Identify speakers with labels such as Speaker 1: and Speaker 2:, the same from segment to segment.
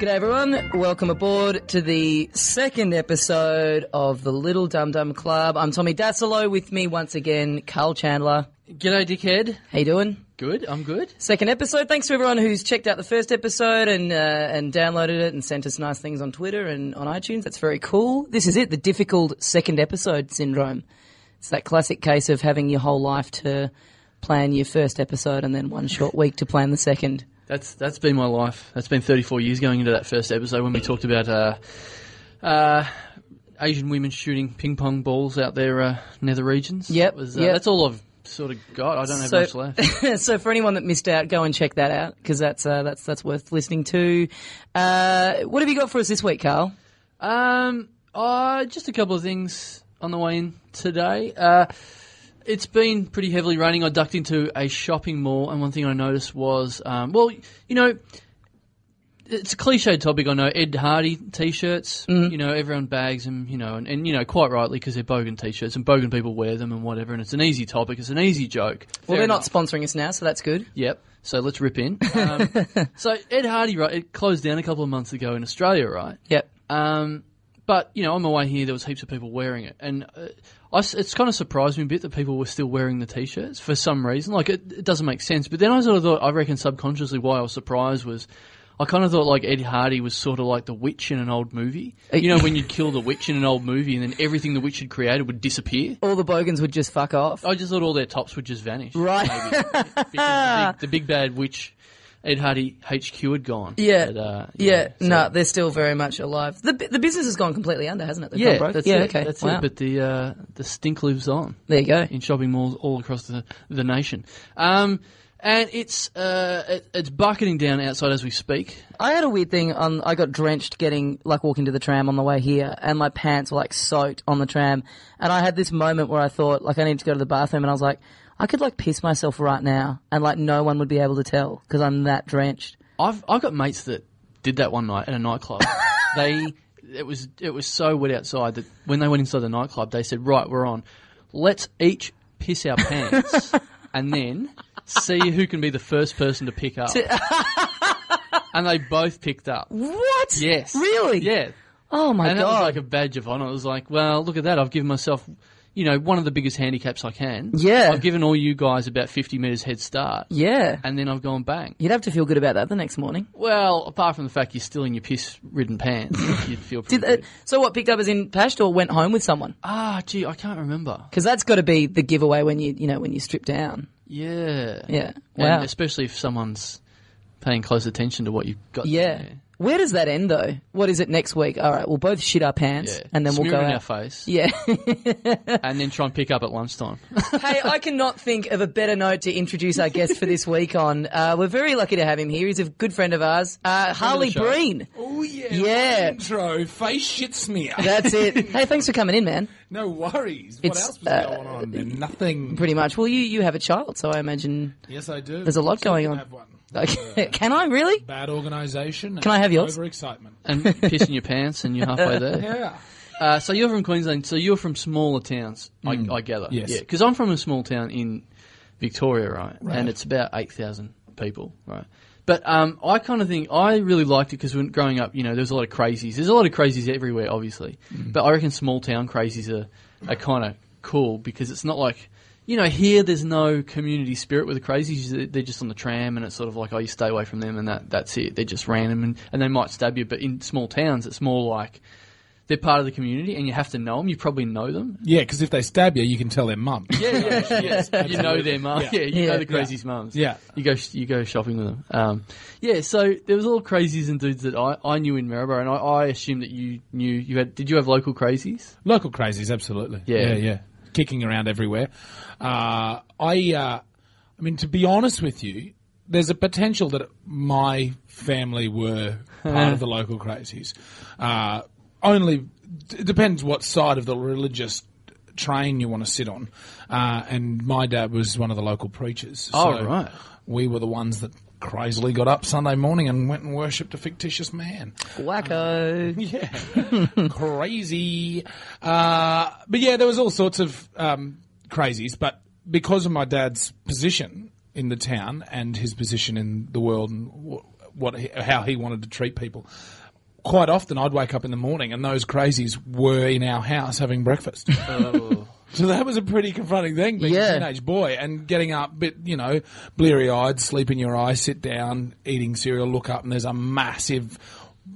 Speaker 1: G'day everyone, welcome aboard to the second episode of the Little Dum Dum Club. I'm Tommy Dassolo, with me once again, Carl Chandler.
Speaker 2: G'day, dickhead.
Speaker 1: How you doing?
Speaker 2: Good, I'm good.
Speaker 1: Second episode. Thanks to everyone who's checked out the first episode and uh, and downloaded it and sent us nice things on Twitter and on iTunes. That's very cool. This is it, the difficult second episode syndrome. It's that classic case of having your whole life to plan your first episode and then one short week to plan the second.
Speaker 2: That's that's been my life. That's been 34 years going into that first episode when we talked about uh, uh, Asian women shooting ping pong balls out their uh, nether regions.
Speaker 1: Yep,
Speaker 2: That was, uh,
Speaker 1: yep.
Speaker 2: That's all I've sort of got. I don't have much left.
Speaker 1: so for anyone that missed out, go and check that out because that's uh, that's that's worth listening to. Uh, what have you got for us this week, Carl?
Speaker 2: Um, uh, just a couple of things on the way in today. Uh, it's been pretty heavily raining. I ducked into a shopping mall, and one thing I noticed was, um, well, you know, it's a cliche topic. I know Ed Hardy t-shirts.
Speaker 1: Mm-hmm.
Speaker 2: You know, everyone bags them. You know, and, and you know quite rightly because they're bogan t-shirts, and bogan people wear them and whatever. And it's an easy topic. It's an easy joke.
Speaker 1: Well,
Speaker 2: Fair
Speaker 1: they're
Speaker 2: enough.
Speaker 1: not sponsoring us now, so that's good.
Speaker 2: Yep. So let's rip in. Um, so Ed Hardy, right? It closed down a couple of months ago in Australia, right?
Speaker 1: Yep.
Speaker 2: Um, but you know, on my way here, there was heaps of people wearing it, and uh, I s it's kind of surprised me a bit that people were still wearing the t-shirts for some reason. Like it, it doesn't make sense. But then I sort of thought, I reckon subconsciously why I was surprised was. I kind of thought like Ed Hardy was sort of like the witch in an old movie. You know, when you'd kill the witch in an old movie and then everything the witch had created would disappear.
Speaker 1: All the bogans would just fuck off.
Speaker 2: I just thought all their tops would just vanish.
Speaker 1: Right.
Speaker 2: Oh, Maybe. because the, big, the big bad witch, Ed Hardy HQ had gone.
Speaker 1: Yeah.
Speaker 2: But, uh,
Speaker 1: Yeah,
Speaker 2: so-
Speaker 1: no, they're still very much alive. The bu- the business has gone completely under, hasn't it? They've gone
Speaker 2: Yeah,
Speaker 1: broke.
Speaker 2: that's
Speaker 1: yeah,
Speaker 2: it.
Speaker 1: okay.
Speaker 2: That's
Speaker 1: wow.
Speaker 2: it. But the uh, the stink lives on
Speaker 1: there you go.
Speaker 2: in shopping malls all across the the nation. Um, and it's uh, it, it's bucketing down outside as we speak.
Speaker 1: I had a weird thing on. I got drenched getting like walking to the tram on the way here, and my pants were like soaked on the tram. And I had this moment where I thought like I need to go to the bathroom, and I was like, I could like piss myself right now, and like no one would be able to tell because I'm that drenched.
Speaker 2: I've I've got mates that did that one night at a nightclub. they it was it was so wet outside that when they went inside the nightclub, they said, "Right, we're on. Let's each piss our pants, and then see who can be the first person to pick up." and they both picked up.
Speaker 1: What?
Speaker 2: Yes.
Speaker 1: Really?
Speaker 2: Yeah.
Speaker 1: Oh my
Speaker 2: And that was
Speaker 1: god.
Speaker 2: like a badge of honor. It was like, well, look at that. I've given myself, you know, one of the biggest handicaps I can.
Speaker 1: Yeah.
Speaker 2: I've given all you guys about 50 metres head start.
Speaker 1: yeah.
Speaker 2: And then I've gone bang.
Speaker 1: You'd have to feel good about that the next morning.
Speaker 2: Well, apart from the fact you're still in your piss ridden pants, you'd feel pretty
Speaker 1: Did, uh,
Speaker 2: good.
Speaker 1: so what? Picked up as in pashed or went home with someone?
Speaker 2: Ah, gee, I can't remember.
Speaker 1: Because that's got to be the giveaway when you you know when you strip down.
Speaker 2: Yeah.
Speaker 1: Yeah.
Speaker 2: And
Speaker 1: Wow.
Speaker 2: especially if someone's paying close attention to what you've got.
Speaker 1: Yeah. Where does that end though? What is it next week? All right, we'll both shit our pants
Speaker 2: Yeah.
Speaker 1: and then we'll
Speaker 2: Smear
Speaker 1: go
Speaker 2: it in
Speaker 1: out.
Speaker 2: our face
Speaker 1: Yeah.
Speaker 2: and then try and pick up at lunchtime.
Speaker 1: hey, I cannot think of a better note to introduce our guest for this week on. Uh, we're very lucky to have him here. He's a good friend of ours, uh, Harley
Speaker 2: show.
Speaker 1: Breen.
Speaker 3: Oh yeah,
Speaker 1: Yeah.
Speaker 3: Intro face shit smear.
Speaker 1: That's it. hey, thanks for coming in, man.
Speaker 3: no worries. What
Speaker 1: It's,
Speaker 3: else was
Speaker 1: uh,
Speaker 3: going on? Then? Nothing.
Speaker 1: Pretty much. Well, you you have a child, so I imagine.
Speaker 3: yes, I do.
Speaker 1: There's a lot
Speaker 3: Still
Speaker 1: going
Speaker 3: didn't
Speaker 1: on.
Speaker 3: Have one.
Speaker 1: Okay. Can I really?
Speaker 3: Bad organisation.
Speaker 1: Can I have yours?
Speaker 3: Overexcitement.
Speaker 2: and pissing your pants and you're halfway there.
Speaker 3: Yeah.
Speaker 2: Uh, so you're from Queensland, so you're from smaller towns, I, I gather.
Speaker 3: Yes.
Speaker 2: Because I'm from a small town in Victoria, right? And it's about 8,000 people, right? But um, I kind of think I really liked it because when growing up, you know, there's a lot of crazies. There's a lot of crazies everywhere, obviously. But I reckon small town crazies are, are kind of cool because it's not like, you know, here there's no community spirit with the crazies. They're just on the tram and it's sort of like, oh, you stay away from them and that that's it. They're just random and, and they might stab you. But in small towns, it's more like they're part of the community and you have to know them. You probably know them.
Speaker 3: Yeah, because if they stab you, you can tell their mum.
Speaker 2: Yeah, yeah, you know their mum. Yeah,
Speaker 3: Yeah.
Speaker 2: you know the
Speaker 3: Yeah.
Speaker 2: crazies' mums.
Speaker 3: Yeah.
Speaker 2: you go you go shopping with them. Um, yeah, so there was all crazies and dudes that I, I knew in Maribor, and I, I assume that you knew you had. Did you have local crazies?
Speaker 3: Local crazies, absolutely.
Speaker 2: Yeah.
Speaker 3: yeah, yeah. Kicking around everywhere. Uh, I, uh, I mean, to be honest with you, there's a potential that my family were part of the local crazies. Uh, only it depends what side of the religious train you want to sit on. Uh, and my dad was one of the local preachers.
Speaker 2: Oh, right.
Speaker 3: We were the ones that crazily got up Sunday morning and went and worshipped a fictitious man.
Speaker 1: Wacko.
Speaker 3: Yeah, crazy. Uh, but yeah, there was all sorts of um, crazies. But because of my dad's position in the town and his position in the world and w- what he, how he wanted to treat people. Quite often, I'd wake up in the morning and those crazies were in our house having breakfast.
Speaker 2: Oh.
Speaker 3: So that was a pretty confronting thing, being
Speaker 1: Yeah.
Speaker 3: a teenage boy and getting up, bit you know, bleary-eyed, sleep in your eye, sit down, eating cereal, look up, and there's a massive,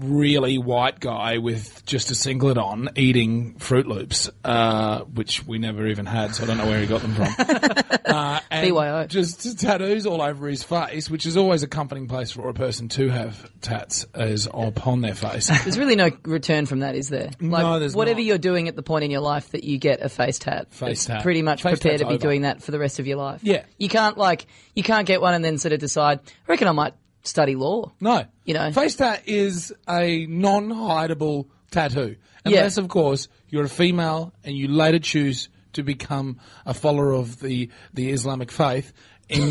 Speaker 3: really white guy with just a singlet on eating Fruit Loops, uh, which we never even had, so I don't know where he got them from. uh, and
Speaker 1: BYO.
Speaker 3: Just tattoos all over his face, which is always a comforting place for a person to have tats, is upon their face.
Speaker 1: There's really no return from that, is there? Like,
Speaker 3: there's
Speaker 1: whatever
Speaker 3: not.
Speaker 1: you're doing at the point in your life that you get a face tat,
Speaker 3: Face
Speaker 1: it's
Speaker 3: tat.
Speaker 1: pretty much
Speaker 3: Face
Speaker 1: prepared
Speaker 3: tat's
Speaker 1: to be
Speaker 3: over.
Speaker 1: doing that for the rest of your life.
Speaker 3: Yeah.
Speaker 1: you can't like you can't get one and then sort of decide. I reckon I might study law.
Speaker 3: No.
Speaker 1: You know?
Speaker 3: Face tat is a non hideable tattoo.
Speaker 1: Yeah.
Speaker 3: Unless, of course, you're a female and you later choose to become a follower of the, the Islamic faith. In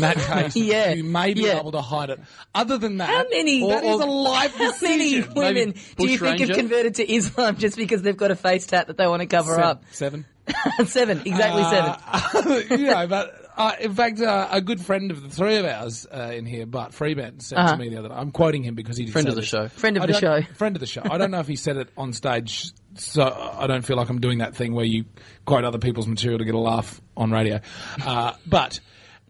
Speaker 3: that case,
Speaker 1: Yeah.
Speaker 3: you may be
Speaker 1: Yeah.
Speaker 3: able to hide it. Other than that,
Speaker 1: How many?
Speaker 3: that is a life
Speaker 1: How many
Speaker 3: decision.
Speaker 1: women do you think
Speaker 2: bush
Speaker 1: have
Speaker 2: ranger?
Speaker 1: converted to Islam just because they've got a face tat that they want to cover
Speaker 3: Seven. Uh,
Speaker 1: up?
Speaker 3: Seven.
Speaker 1: seven, exactly seven.
Speaker 3: seven. you know, but uh, in fact, uh, a good friend of the three of ours uh, in here, Bart Freeman, said
Speaker 1: Uh-huh.
Speaker 3: to me the other night. I'm quoting him because he did
Speaker 2: Friend
Speaker 3: say
Speaker 2: of the
Speaker 3: this.
Speaker 2: show.
Speaker 1: Friend of
Speaker 3: I
Speaker 1: the show.
Speaker 3: don't- Friend of the show. I don't know if he said it on stage, so I don't feel like I'm doing that thing where you quote other people's material to get a laugh on radio. Uh, but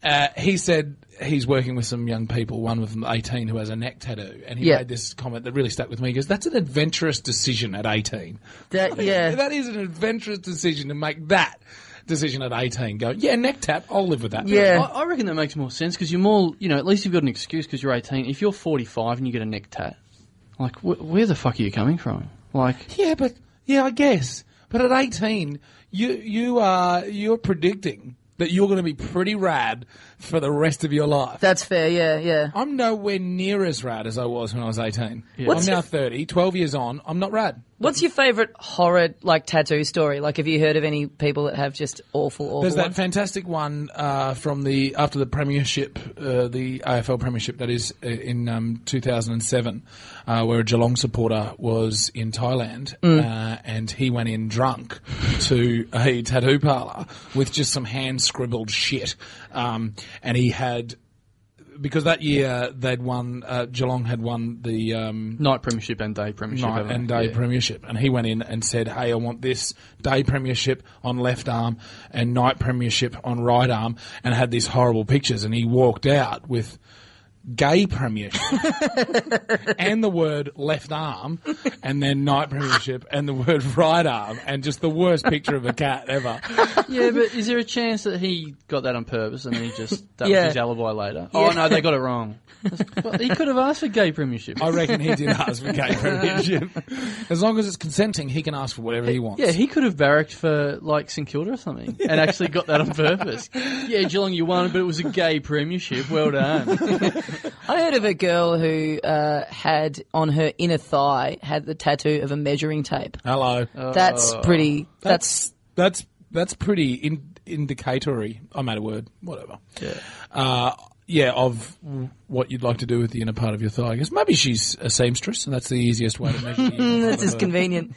Speaker 3: uh, he said he's working with some young people, one of them 18, who has a neck tattoo, and he
Speaker 1: Yeah.
Speaker 3: made this comment that really stuck with me. He goes, That's an adventurous decision at 18.
Speaker 1: That, yeah.
Speaker 3: That is an adventurous decision to make that decision at 18. Go, yeah, neck tap, I'll live with that.
Speaker 1: Yeah.
Speaker 2: I, I reckon that makes more sense because you're more, you know, at least you've got an excuse because you're 18. If you're 45 and you get a neck tat, like, wh- where the fuck are you coming from? Like,
Speaker 3: Yeah, but yeah, I guess. But at eighteen, you you are you're predicting that you're going to be pretty rad for the rest of your life.
Speaker 1: That's fair. Yeah, yeah.
Speaker 3: I'm nowhere near as rad as I was when I was 18.
Speaker 1: What's
Speaker 3: I'm now
Speaker 1: your-
Speaker 3: 30, 12 years on. I'm not rad.
Speaker 1: What's your favourite horror like tattoo story? Like, have you heard of any people that have just awful, awful?
Speaker 3: There's that
Speaker 1: ones?
Speaker 3: fantastic one uh, from the after the Premiership, uh, the AFL Premiership that is uh, in um, 2007, uh, where a Geelong supporter was in Thailand uh, and he went in drunk to a tattoo parlour with just some hand scribbled shit, um, and he had. Because that year they'd won, uh, Geelong had won the um,
Speaker 2: night premiership and day premiership.
Speaker 3: night
Speaker 2: haven't
Speaker 3: and
Speaker 2: they?
Speaker 3: day
Speaker 2: Yeah.
Speaker 3: premiership. And he went in and said, Hey, I want this day premiership on left arm and night premiership on right arm and had these horrible pictures and he walked out with gay premiership and the word left arm and then night premiership and the word right arm and just the worst picture of a cat ever.
Speaker 2: Yeah, but is there a chance that he got that on purpose and then he just that
Speaker 1: Yeah.
Speaker 2: was his alibi later? Oh no, they got it wrong. Well, he could have asked for gay premiership.
Speaker 3: I reckon he did ask for gay premiership. As long as it's consenting, he can ask for whatever he wants.
Speaker 2: Yeah, he could have barracked for like St Kilda or something and actually got that on purpose. Yeah, Geelong, you won, but it was a gay premiership. Well done.
Speaker 1: I heard of a girl who uh, had on her inner thigh had the tattoo of a measuring tape.
Speaker 3: Hello.
Speaker 2: Oh,
Speaker 1: That's pretty. That's,
Speaker 3: Oh. That's that's that's pretty in, indicatory. I made a word, whatever. Yeah. Uh, yeah, of w- what you'd like to do with the inner part of your thigh. I guess maybe she's a seamstress, and that's the easiest way to measure. The inner
Speaker 1: that's
Speaker 3: part of
Speaker 1: just
Speaker 3: her.
Speaker 1: convenient.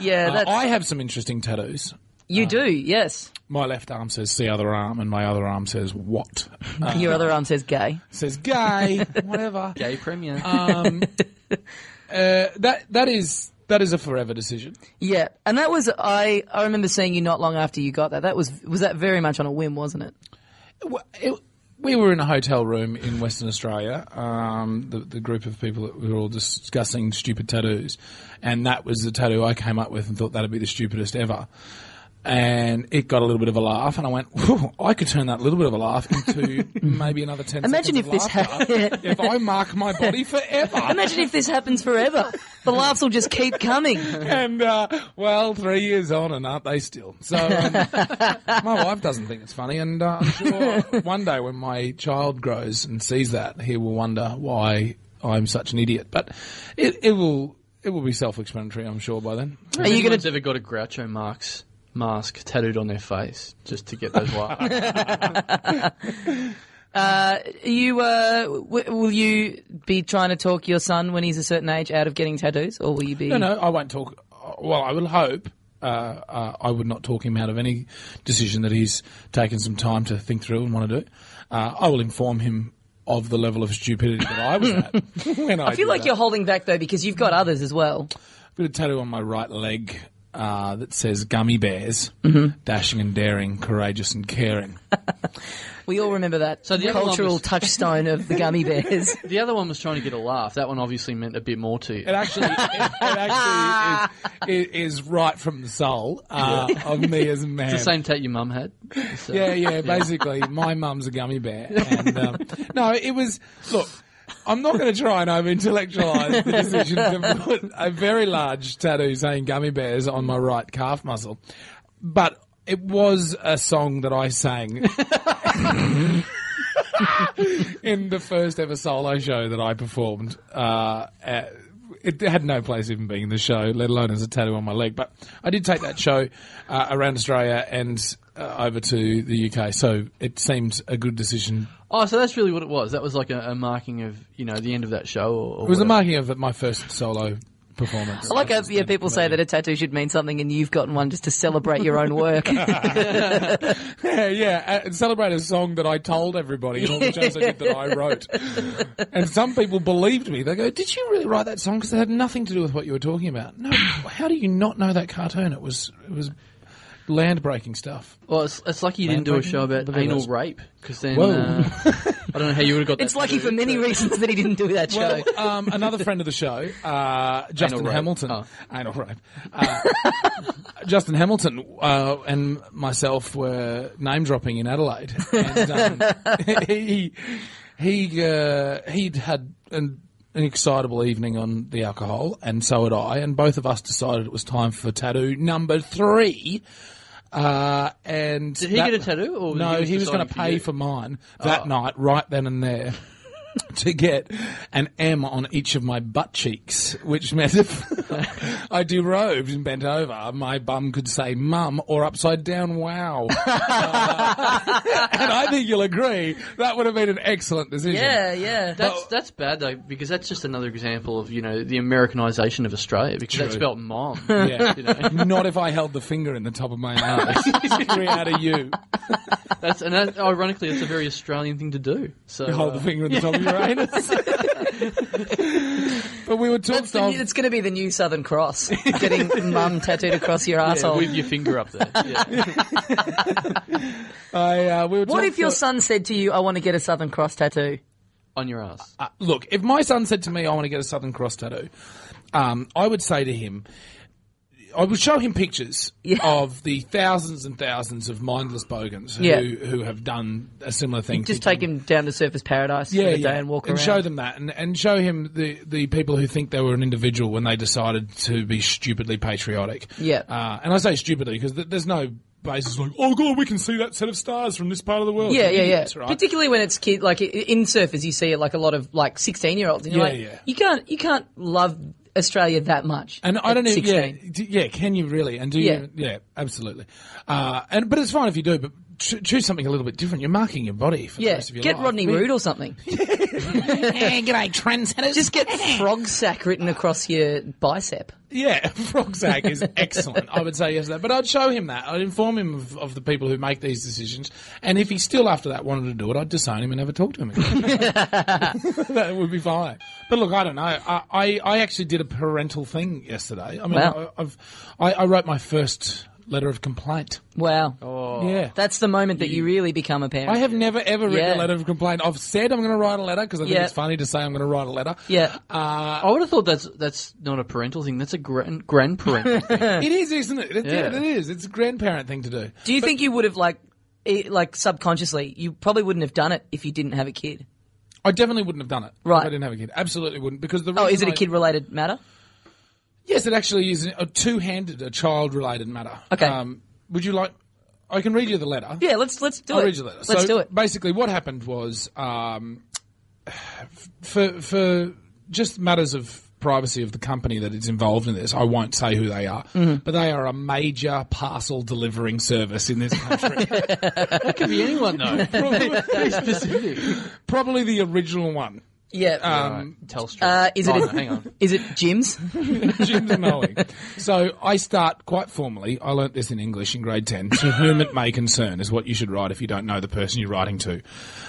Speaker 1: Yeah,
Speaker 3: Uh,
Speaker 1: that's,
Speaker 3: I have some interesting tattoos.
Speaker 1: you do. Yes,
Speaker 3: My left arm says "see other arm," and my other arm says "what." Uh,
Speaker 1: your other arm says gay.
Speaker 3: says "gay," whatever.
Speaker 2: gay premier.
Speaker 3: Um, uh, that that is that is a forever decision.
Speaker 1: Yeah, and that was I. I remember seeing you not long after you got that. That was was that very much on a whim, wasn't it?
Speaker 3: Well, it, we were in a hotel room in Western Australia, um, the, the group of people that we were all discussing stupid tattoos, and that was the tattoo I came up with and thought that'd be the stupidest ever. And it got a little bit of a laugh, and I went, "Whew, I could turn that little bit of a laugh into maybe another 10
Speaker 1: Imagine if
Speaker 3: seconds
Speaker 1: this
Speaker 3: of laughter
Speaker 1: happened.
Speaker 3: if I mark my body forever.
Speaker 1: Imagine if this happens forever. The laughs will just keep coming.
Speaker 3: and uh, well, three years on, and aren't they still? So um, my wife doesn't think it's funny, and uh, I'm sure one day when my child grows and sees that, he will wonder why I'm such an idiot. But it, it will it will be self-explanatory, I'm sure, by then.
Speaker 1: Are you going
Speaker 2: Anyone's
Speaker 1: to?
Speaker 2: ever got a Groucho Marx mask tattooed on their face just to get those laughs?
Speaker 1: You uh, w- will you be trying to talk your son when he's a certain age out of getting tattoos, or will you be?
Speaker 3: No, no, I won't talk. uh, Well, I will hope. Uh, uh, I would not talk him out of any decision that he's taken some time to think through and want to do. Uh, I will inform him of the level of stupidity that I was at. when I,
Speaker 1: I feel
Speaker 3: did
Speaker 1: like
Speaker 3: that.
Speaker 1: you're holding back though because you've got others as well.
Speaker 3: I've got a tattoo on my right leg uh, that says "Gummy Bears,"
Speaker 2: Mm-hmm.
Speaker 3: mm dashing and daring, courageous and caring.
Speaker 1: We all remember that. So
Speaker 2: the
Speaker 1: the
Speaker 2: other one
Speaker 1: cultural
Speaker 2: was-
Speaker 1: touchstone of the gummy bears.
Speaker 2: The other one was trying to get a laugh. That one obviously meant a bit more to you.
Speaker 3: It actually, it, it actually is, it is right from the soul uh, of me as a man.
Speaker 2: the same tat your mum had. So-
Speaker 3: Yeah, yeah. Basically, my mum's a gummy bear. And, um, no, it was. Look, I'm not going to try and over intellectualize the decision to put a very large tattoo saying gummy bears on my right calf muscle, but it was a song that I sang. in the first ever solo show that I performed, uh, uh, it had no place even being in the show, let alone as a tattoo on my leg. But I did take that show uh, around Australia and uh, over to the UK, so it seemed a good decision.
Speaker 2: Oh, so that's really what it was. That was like a, a marking of you know the end of that show. Or, or
Speaker 3: It was
Speaker 2: whatever.
Speaker 3: the marking of my first solo performance.
Speaker 1: I like how yeah, people say that a tattoo should mean something and you've gotten one just to celebrate your own work.
Speaker 3: Yeah, yeah, and celebrate a song that I told everybody in all the shows I did that I wrote. And some people believed me. They go, "Did you really write that song? Because it had nothing to do with what you were talking about." No, how do you not know that cartoon? It was it was land breaking stuff.
Speaker 2: Well, it's, it's lucky you didn't do a show about
Speaker 3: Landbreaking?
Speaker 2: anal rape because then
Speaker 3: Whoa.
Speaker 2: uh, I don't know how you would have got. That
Speaker 1: it's lucky
Speaker 2: tattoo.
Speaker 1: for many reasons that he didn't do that show.
Speaker 3: Well, um, another friend of the show, uh, Justin
Speaker 2: Anal rape.
Speaker 3: Hamilton.
Speaker 2: Oh.
Speaker 3: Anal rape. Uh, Justin Hamilton uh, and myself were name dropping in Adelaide, and um, he he uh, he'd had an, an excitable evening on the alcohol, and so had I, and both of us decided it was time for tattoo number three. Uh, and did
Speaker 2: he get a tattoo, or
Speaker 3: no,
Speaker 2: he was
Speaker 3: he was
Speaker 2: deciding Oh.
Speaker 3: going to
Speaker 2: for
Speaker 3: pay
Speaker 2: you?
Speaker 3: for mine that night, right then and there to get an M on each of my butt cheeks, which meant if I derobed and bent over, my bum could say mum or upside down wow. Uh, and I think you'll agree that would have been an excellent decision.
Speaker 1: yeah, yeah.
Speaker 2: That's that's bad though because that's just another example of you know the Americanization of Australia because that's
Speaker 3: True.
Speaker 2: spelt mom.
Speaker 3: Yeah.
Speaker 2: You know,
Speaker 3: Not if I held the finger in the top of my arse. Three out of you.
Speaker 2: that's and that, ironically that's a very Australian thing to do. So
Speaker 3: Hold
Speaker 2: uh,
Speaker 3: the finger in the top of your anus. but we were talked
Speaker 1: It's the
Speaker 3: of
Speaker 1: new- it's going to be the new Southern Cross, getting mum tattooed across your
Speaker 2: yeah,
Speaker 1: asshole.
Speaker 2: with your finger up there. Yeah.
Speaker 3: I, uh, we were
Speaker 1: what
Speaker 3: talked
Speaker 1: if your
Speaker 3: of-
Speaker 1: son said to you, "I want to get a Southern Cross tattoo"?
Speaker 2: on your ass.
Speaker 3: Uh, look, if my son said to me, I want to get a Southern Cross tattoo, um, I would say to him, I would show him pictures
Speaker 1: Yeah.
Speaker 3: of the thousands and thousands of mindless bogans who,
Speaker 1: Yeah.
Speaker 3: who have done a similar thing.
Speaker 1: Just
Speaker 3: thinking-
Speaker 1: take him down to Surface Paradise for the day and walk around.
Speaker 3: show them that, and, and show him the, the people who think they were an individual when they decided to be stupidly patriotic.
Speaker 1: Yeah.
Speaker 3: Uh, and I say stupidly because th- there's no basis like, oh god, we can see that set of stars from this part of the world.
Speaker 1: yeah, yeah, yeah.
Speaker 3: Idiots, right?
Speaker 1: Particularly when it's kid, like i- in surfers, you see like a lot of like sixteen-year-olds, and you're
Speaker 3: Yeah,
Speaker 1: like,
Speaker 3: yeah.
Speaker 1: you can't, you can't love Australia that much.
Speaker 3: And I
Speaker 1: at
Speaker 3: don't know.
Speaker 1: 16.
Speaker 3: Yeah, do, yeah. Can you really? And do you?
Speaker 1: Yeah.
Speaker 3: Yeah, absolutely. Uh, and but it's fine if you do. But cho- choose something a little bit different. You're marking your body for the
Speaker 1: Yeah,
Speaker 3: rest of your
Speaker 1: get
Speaker 3: life.
Speaker 1: Rodney
Speaker 3: We-
Speaker 1: Root or something.
Speaker 3: Hey, g'day, trendsetters.
Speaker 1: Just get frog sack written across your bicep.
Speaker 3: yeah, Frogsack is excellent. I would say yes to that. But I'd show him that. I'd inform him of, of the people who make these decisions. And if he still after that wanted to do it, I'd disown him and never talk to him again. that would be fine. But look, I don't know. I, I, I actually did a parental thing yesterday. I mean,
Speaker 1: Wow.
Speaker 3: I, I've, I, I wrote my first letter of complaint.
Speaker 1: Wow,
Speaker 2: Oh.
Speaker 3: Yeah.
Speaker 1: that's the moment that you really become a parent.
Speaker 3: Oh. I have never ever written
Speaker 1: Yeah.
Speaker 3: a letter of complaint. I've said I'm going to write a letter because I think
Speaker 1: Yeah.
Speaker 3: it's funny to say I'm going to write a letter.
Speaker 1: yeah,
Speaker 3: uh,
Speaker 2: I would have thought that's that's not a parental thing. That's a grand grandparental thing.
Speaker 3: It is, isn't it? It,
Speaker 2: Yeah.
Speaker 3: it is. It's a grandparent thing to do.
Speaker 1: Do you think you would have like, i like subconsciously, you probably wouldn't have done it if you didn't have a kid?
Speaker 3: I definitely wouldn't have done it.
Speaker 1: Right.
Speaker 3: If I didn't have a kid. Absolutely wouldn't because the
Speaker 1: Oh,
Speaker 3: reason
Speaker 1: is it a
Speaker 3: I-
Speaker 1: kid related matter?
Speaker 3: Yes, it actually is a two-handed, a child-related matter. Um,
Speaker 1: Okay.
Speaker 3: would you like? I can read you the letter.
Speaker 1: Yeah, let's let's do
Speaker 3: I'll
Speaker 1: it.
Speaker 3: read you the letter.
Speaker 1: Let's
Speaker 3: so
Speaker 1: do it.
Speaker 3: Basically, what happened was um, f- for for just matters of privacy of the company that is involved in this, I won't say who they are,
Speaker 1: Mm-hmm.
Speaker 3: but they are a major parcel delivering service in this country.
Speaker 2: That could be anyone though.
Speaker 3: Probably-
Speaker 2: Very specific.
Speaker 3: Probably the original one.
Speaker 1: Yeah.
Speaker 3: Um,
Speaker 2: right. Telstra.
Speaker 1: Uh, is it?
Speaker 2: Oh,
Speaker 1: a-
Speaker 2: no, hang on.
Speaker 1: Is it Jim's?
Speaker 3: Jim's mowing. So I start quite formally. I learnt this in English in grade 10. To whom it may concern is what you should write if you don't know the person you're writing to.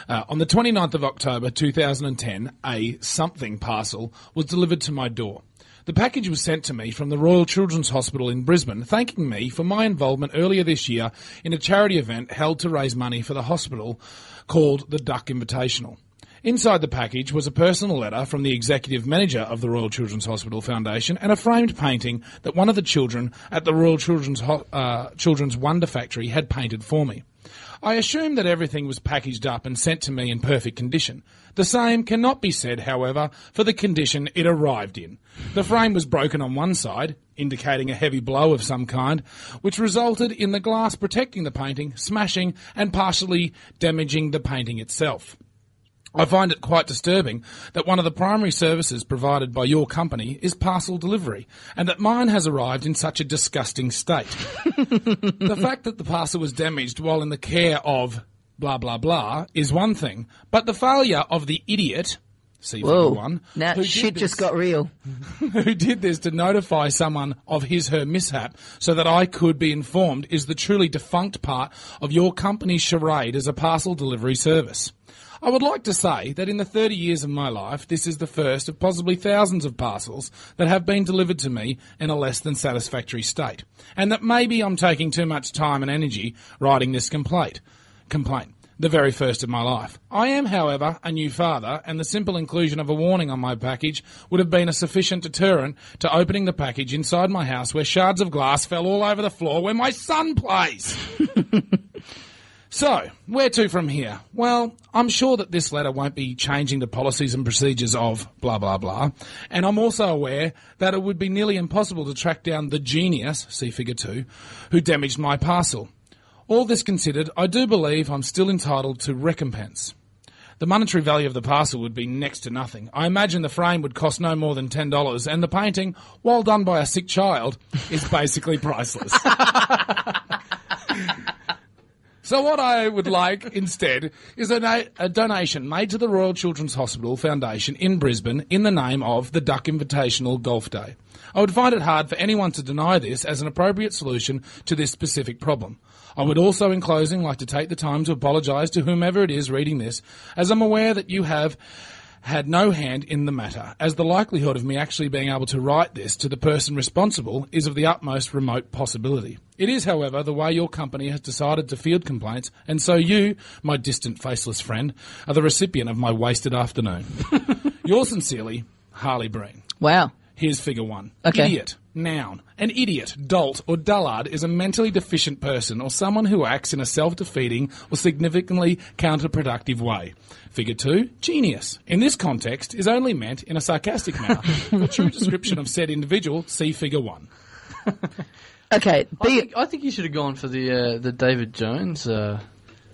Speaker 3: Uh, on the 29th of October 2010, a something parcel was delivered to my door. The package was sent to me from the Royal Children's Hospital in Brisbane, thanking me for my involvement earlier this year in a charity event held to raise money for the hospital called the Duck Invitational. Inside the package was a personal letter from the executive manager of the Royal Children's Hospital Foundation and a framed painting that one of the children at the Royal Children's, Ho- uh, Children's Wonder Factory had painted for me. I assume that everything was packaged up and sent to me in perfect condition. The same cannot be said, however, for the condition it arrived in. The frame was broken on one side, indicating a heavy blow of some kind, which resulted in the glass protecting the painting smashing and partially damaging the painting itself. I find it quite disturbing that one of the primary services provided by your company is parcel delivery, and that mine has arrived in such a disgusting state. the fact that the parcel was damaged while in the care of blah blah blah is one thing, but the failure of the idiot, see figure one,
Speaker 1: Now
Speaker 3: who did
Speaker 1: shit just
Speaker 3: this-
Speaker 1: got real.
Speaker 3: who did this to notify someone of his her mishap so that I could be informed is the truly defunct part of your company's charade as a parcel delivery service. I would like to say that in the 30 years of my life, this is the first of possibly thousands of parcels that have been delivered to me in a less than satisfactory state, and that maybe I'm taking too much time and energy writing this complaint complaint. The very first of my life. I am, however, a new father, and the simple inclusion of a warning on my package would have been a sufficient deterrent to opening the package inside my house where shards of glass fell all over the floor where my son plays. So, where to from here? Well, I'm sure that this letter won't be changing the policies and procedures of blah blah blah, and I'm also aware that it would be nearly impossible to track down the genius, see figure 2, who damaged my parcel. All this considered, I do believe I'm still entitled to recompense. The monetary value of the parcel would be next to nothing. I imagine the frame would cost no more than $10, and the painting, while done by a sick child, is basically priceless. So what I would like instead is a, na- a donation made to the Royal Children's Hospital Foundation in Brisbane in the name of the Duck Invitational Golf Day. I would find it hard for anyone to deny this as an appropriate solution to this specific problem. I would also, in closing, like to take the time to apologise to whomever it is reading this, as I'm aware that you have had no hand in the matter, as the likelihood of me actually being able to write this to the person responsible is of the utmost remote possibility. It is, however, the way your company has decided to field complaints, and so you, my distant faceless friend, are the recipient of my wasted afternoon. Yours sincerely, Harley Breen.
Speaker 1: Wow.
Speaker 3: Here's figure one.
Speaker 1: Okay.
Speaker 3: Idiot. Noun. An idiot, dolt, or dullard is a mentally deficient person or someone who acts in a self defeating or significantly counterproductive way. Figure two, genius. In this context, is only meant in a sarcastic manner. For true description of said individual, see figure one.
Speaker 1: Okay.
Speaker 2: I
Speaker 1: Be,
Speaker 2: think, I think you should have gone for the uh, the David Jones uh,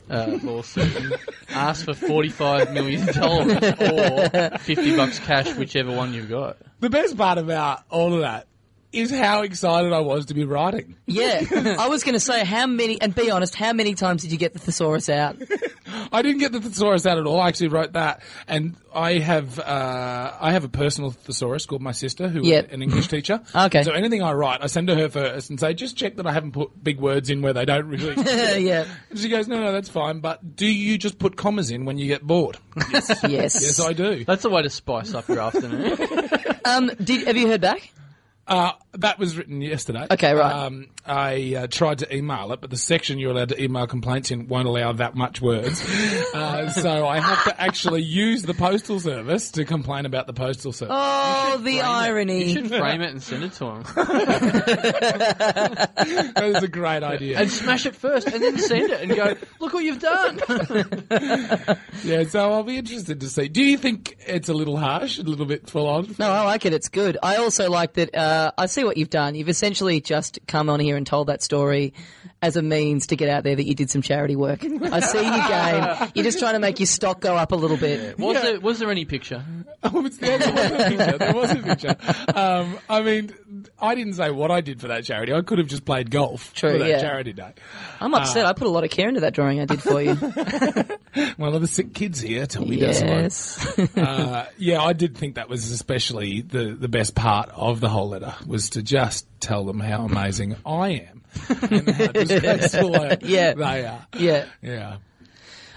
Speaker 2: uh, lawsuit. and asked for forty five million dollars or fifty bucks cash, whichever one you've got.
Speaker 3: The best part about all of that is how excited I was to be writing.
Speaker 1: yeah. I was going to say how many, and be honest, how many times did you get the thesaurus out?
Speaker 3: I didn't get the thesaurus out at all. I actually wrote that, and I have uh, I have a personal thesaurus called my sister, who is
Speaker 1: Yep.
Speaker 3: an English teacher.
Speaker 1: Okay.
Speaker 3: So anything I write, I send to her first and say, just check that I haven't put big words in where they don't really. and
Speaker 1: yeah.
Speaker 3: she goes, no, no, that's fine. But do you just put commas in when you get bored?
Speaker 1: Yes.
Speaker 3: yes, I do.
Speaker 2: That's a way to spice up your afternoon.
Speaker 1: um. Did have you heard back?
Speaker 3: Uh, that was written yesterday.
Speaker 1: Okay, right.
Speaker 3: Um, I uh, tried to email it, but the section you're allowed to email complaints in won't allow that much words. uh, so I have to actually use the postal service to complain about the postal service.
Speaker 1: Oh, the
Speaker 2: you should
Speaker 1: irony.
Speaker 2: frame it and send it to him,
Speaker 3: That is a great idea.
Speaker 2: and smash it first, and then send it, and go, look what you've done.
Speaker 3: Yeah, so I'll be interested to see. Do you think it's a little harsh, a little bit full on?
Speaker 1: No, I like it. It's good. I also like that. Uh, I see what you've done. You've essentially just come on here and told that story as a means to get out there that you did some charity work. I see your game. You're just trying to make your stock go up a little bit.
Speaker 2: Was there was there any picture?
Speaker 3: Oh, it's there, there was a picture. There was a picture. Um, I mean, I didn't say what I did for that charity. I could have just played golf
Speaker 1: True,
Speaker 3: for that
Speaker 1: yeah.
Speaker 3: charity day.
Speaker 1: I'm upset. I put a lot of care into that drawing I did for you.
Speaker 3: One of the sick kids here, Tommy does one.
Speaker 1: yes.
Speaker 3: Uh, yeah, I did think that was especially the, the best part of the whole letter was to just tell them how amazing I am and how disgraceful I-
Speaker 1: Yeah.
Speaker 3: they are.
Speaker 1: yeah.
Speaker 3: Yeah.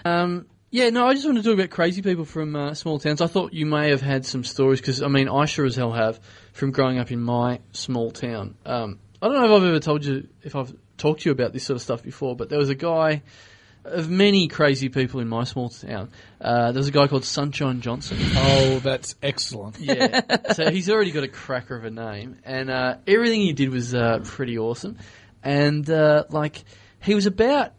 Speaker 2: Um, yeah, no, I just want to talk about crazy people from uh, small towns. I thought you may have had some stories because I mean, I sure as hell have from growing up in my small town. Um, I don't know if I've ever told you if I've talked to you about this sort of stuff before, but there was a guy of many crazy people in my small town. Uh, there was a guy called Sunshine Johnson.
Speaker 3: Oh, that's excellent.
Speaker 2: Yeah. so he's already got a cracker of a name, and uh, everything he did was uh, pretty awesome. And uh, like, he was about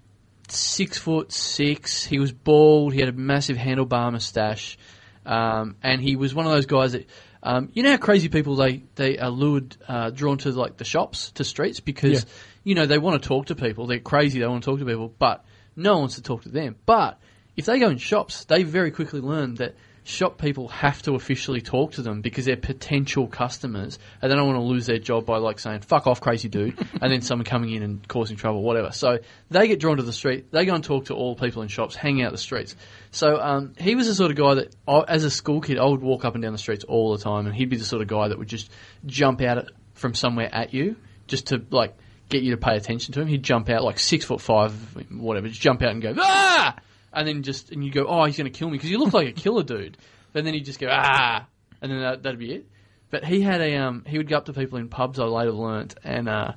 Speaker 2: six foot six. He was bald. He had a massive handlebar mustache, um, and he was one of those guys that. Um, you know how crazy people they they are lured, uh, drawn to like the shops, to streets because
Speaker 3: Yeah.
Speaker 2: you know they want to talk to people. They're crazy. They want to talk to people, but no one wants to talk to them. But if they go in shops, they very quickly learn that shop people have to officially talk to them because they're potential customers and they don't want to lose their job by like saying fuck off crazy dude and then someone coming in and causing trouble whatever so they get drawn to the street they go and talk to all people in shops hang out the streets so um, he was the sort of guy that I, as a school kid i would walk up and down the streets all the time and he'd be the sort of guy that would just jump out at, from somewhere at you just to like get you to pay attention to him he'd jump out like six foot five whatever just jump out and go ah and then just and you go, oh, he's going to kill me because you look like a killer dude. And then you just go ah, and then that, that'd be it. But he had a um, he would go up to people in pubs. I later learnt, and uh,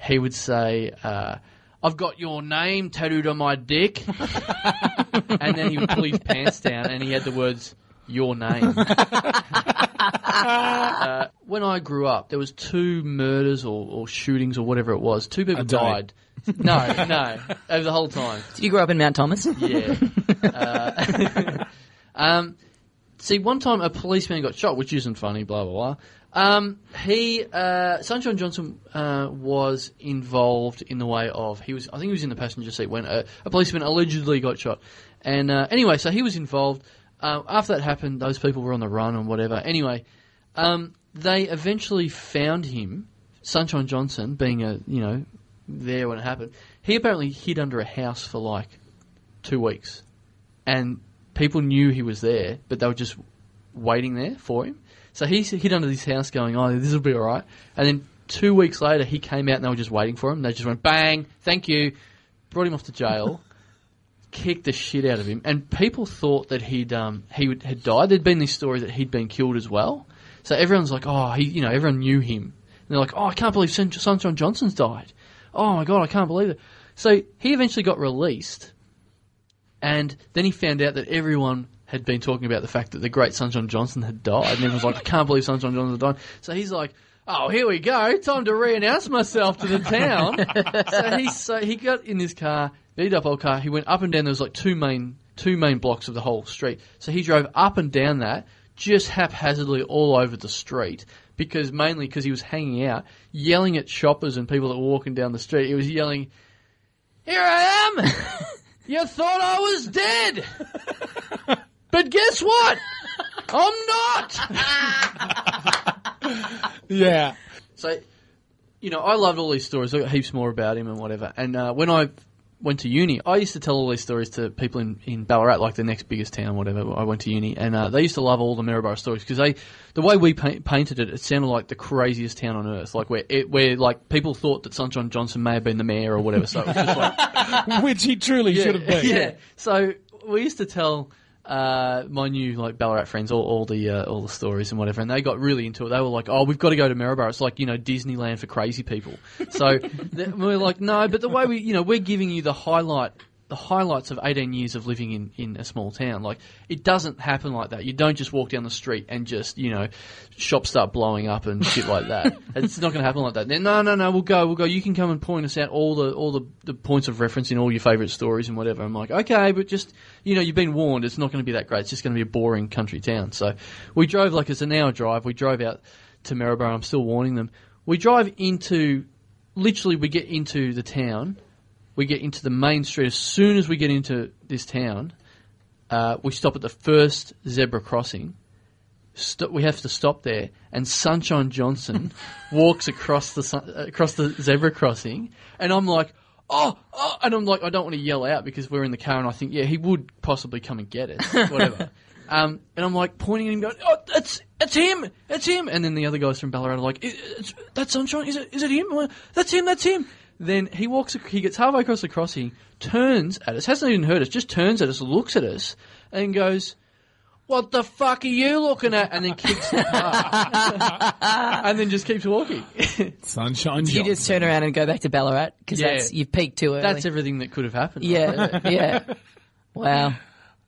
Speaker 2: he would say, uh, "I've got your name tattooed on my dick," and then he would pull his pants down, and he had the words "your name." uh, when I grew up, there was two murders or, or shootings or whatever it was. Two people
Speaker 3: died.
Speaker 2: died. No, no, over the whole time.
Speaker 1: Did you grow up in Mount Thomas?
Speaker 2: Yeah. Uh, um, see, one time a policeman got shot, which isn't funny, blah, blah, blah. Um, he, uh, Sunshine Johnson, uh, was involved in the way of, he was, I think he was in the passenger seat when a, a policeman allegedly got shot. And, uh, anyway, so he was involved. Uh, after that happened, those people were on the run and whatever. Anyway, um, they eventually found him, Sunshine Johnson, being a, you know, there when it happened. He apparently hid under a house for like two weeks, and people knew he was there, but they were just waiting there for him. So he s- hid under this house, going, "Oh, this will be all right." And then two weeks later, he came out, and they were just waiting for him. They just went, "Bang! Thank you." Brought him off to jail, kicked the shit out of him, and people thought that he'd um, he would, had died. There'd been this story that he'd been killed as well. So everyone's like, "Oh, he," you know, everyone knew him. And they're like, "Oh, I can't believe Sun- Sunshine Johnson's died." Oh my god, I can't believe it. So he eventually got released and then he found out that everyone had been talking about the fact that the great Sunshine Johnson had died. And everyone's like, I can't believe Sunshine Johnson had died. So he's like, Oh, here we go. Time to re-announce myself to the town. so he so he got in his car, beat up old car. He went up and down. There was like two main two main blocks of the whole street. So he drove up and down that just haphazardly all over the street because mainly because he was hanging out, yelling at shoppers and people that were walking down the street. He was yelling, "Here I am." You thought I was dead! but guess what? I'm not!
Speaker 3: Yeah.
Speaker 2: So, you know, I loved all these stories. I got heaps more about him and whatever. And uh, when I went to uni, I used to tell all these stories to people in, in Ballarat, like the next biggest town, whatever. I went to uni, and uh, they used to love all the Maryborough stories because they, the way we paint, painted it, it sounded like the craziest town on earth. Like where it, where like people thought that Sunshine Johnson may have been the mayor or whatever. So it was just like
Speaker 3: Which he truly should have been.
Speaker 2: Yeah. So we used to tell uh, my new like Ballarat friends all, all the uh, all the stories and whatever, and they got really into it. They were like, "Oh, we've got to go to Maryborough. It's like you know Disneyland for crazy people." So th- we are like, "No, but the way we you know we're giving you the highlight." The highlights of 18 years of living in, in a small town. Like, it doesn't happen like that. You don't just walk down the street and just, you know, shops start blowing up and shit like that. it's not going to happen like that. Then, no, no, no, we'll go, we'll go. You can come and point us out all the all the, the points of reference in all your favourite stories and whatever. I'm like, okay, but just you know, you've been warned. It's not going to be that great. It's just going to be a boring country town. So we drove like it's an hour drive. We drove out to Maryborough. I'm still warning them. We drive into, literally, we get into the town. We get into the main street as soon as we get into this town. Uh, we stop at the first zebra crossing st- we have to stop there. And Sunshine Johnson walks across the sun- across the zebra crossing, and I'm like, oh, oh, and I'm like, I don't want to yell out because we're in the car, and I think, yeah, he would possibly come and get it, whatever. um, and I'm like pointing at him, going, oh, that's it's him, it's him. And then the other guys from Ballarat are like, "I- it's, that's Sunshine, is it? Is it him? Well, That's him, that's him. Then he walks, ac- he gets halfway across the crossing, turns at us, hasn't even heard us, just turns at us, looks at us, and goes. What the fuck are you looking at? And then kicks the car. and then just keeps walking.
Speaker 3: Sunshine
Speaker 1: You
Speaker 3: Johnson.
Speaker 1: just turn around and go back to Ballarat because
Speaker 2: Yeah.
Speaker 1: that's you've peaked too early.
Speaker 2: That's everything that could have happened. right?
Speaker 1: Yeah, yeah. Wow.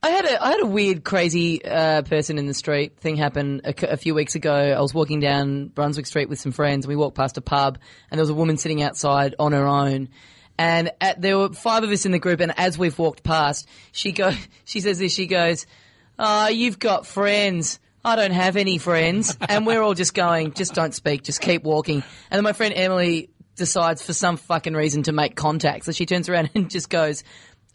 Speaker 1: I had a I had a weird, crazy uh, person in the street thing happen a, cou- a few weeks ago. I was walking down Brunswick Street with some friends, and we walked past a pub, and there was a woman sitting outside on her own. And at, there were five of us in the group, and as we've walked past, she go she says this. She goes, "Oh, you've got friends." I don't have any friends, and we're all just going, just don't speak, just keep walking. And then my friend Emily decides for some fucking reason to make contact. So she turns around and just goes,